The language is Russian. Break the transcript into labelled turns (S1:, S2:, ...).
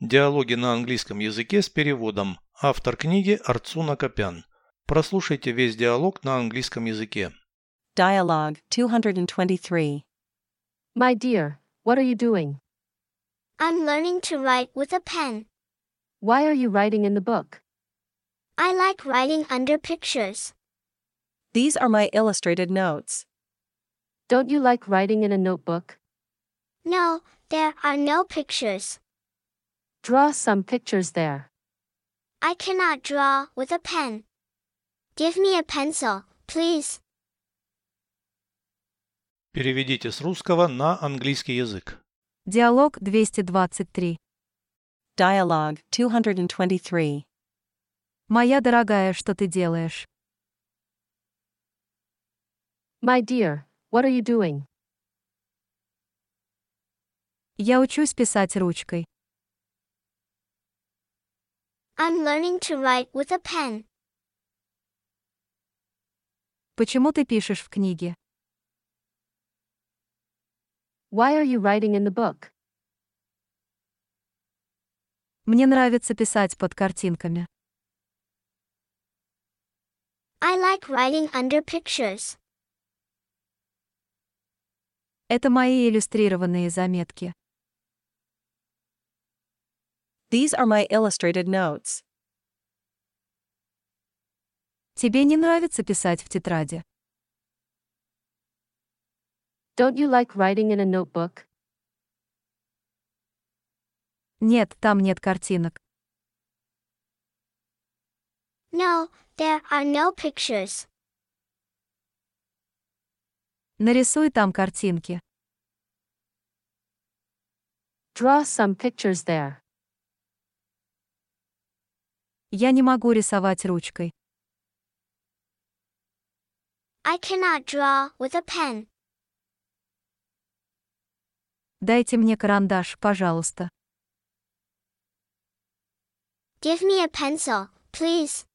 S1: Диалоги на английском языке с переводом. Автор книги Арцуна Копян. Прослушайте весь диалог на английском языке.
S2: Dialogue 223.
S3: My dear, what are you doing?
S4: I'm learning to write with a pen.
S3: Why are you writing in the book?
S4: I like writing under pictures.
S2: These are my illustrated notes.
S3: Don't you like writing in a notebook?
S4: No, there are no pictures.
S3: Draw some pictures there.
S4: I cannot draw with a pen. Give me a pencil, please.
S1: Переведите с русского на английский язык.
S5: Диалог 223.
S2: Dialogue 223.
S5: Моя дорогая, что ты делаешь?
S3: My dear, what are you doing?
S5: Я учусь писать ручкой.
S4: I'm learning to write with a pen.
S5: Почему ты пишешь в книге?
S3: Why are you writing in the book?
S5: Мне нравится писать под картинками.
S4: I like writing under pictures.
S5: Это мои иллюстрированные заметки.
S2: These are my illustrated notes.
S5: Тебе не нравится писать в тетради?
S3: Don't you like writing in a notebook?
S5: Нет, там нет картинок.
S4: No, there are no pictures.
S5: Нарисуй там картинки.
S3: Draw some pictures there.
S5: Я не могу рисовать ручкой.
S4: I cannot draw with a pen.
S5: Дайте мне карандаш, пожалуйста.
S4: Give me a pencil, please.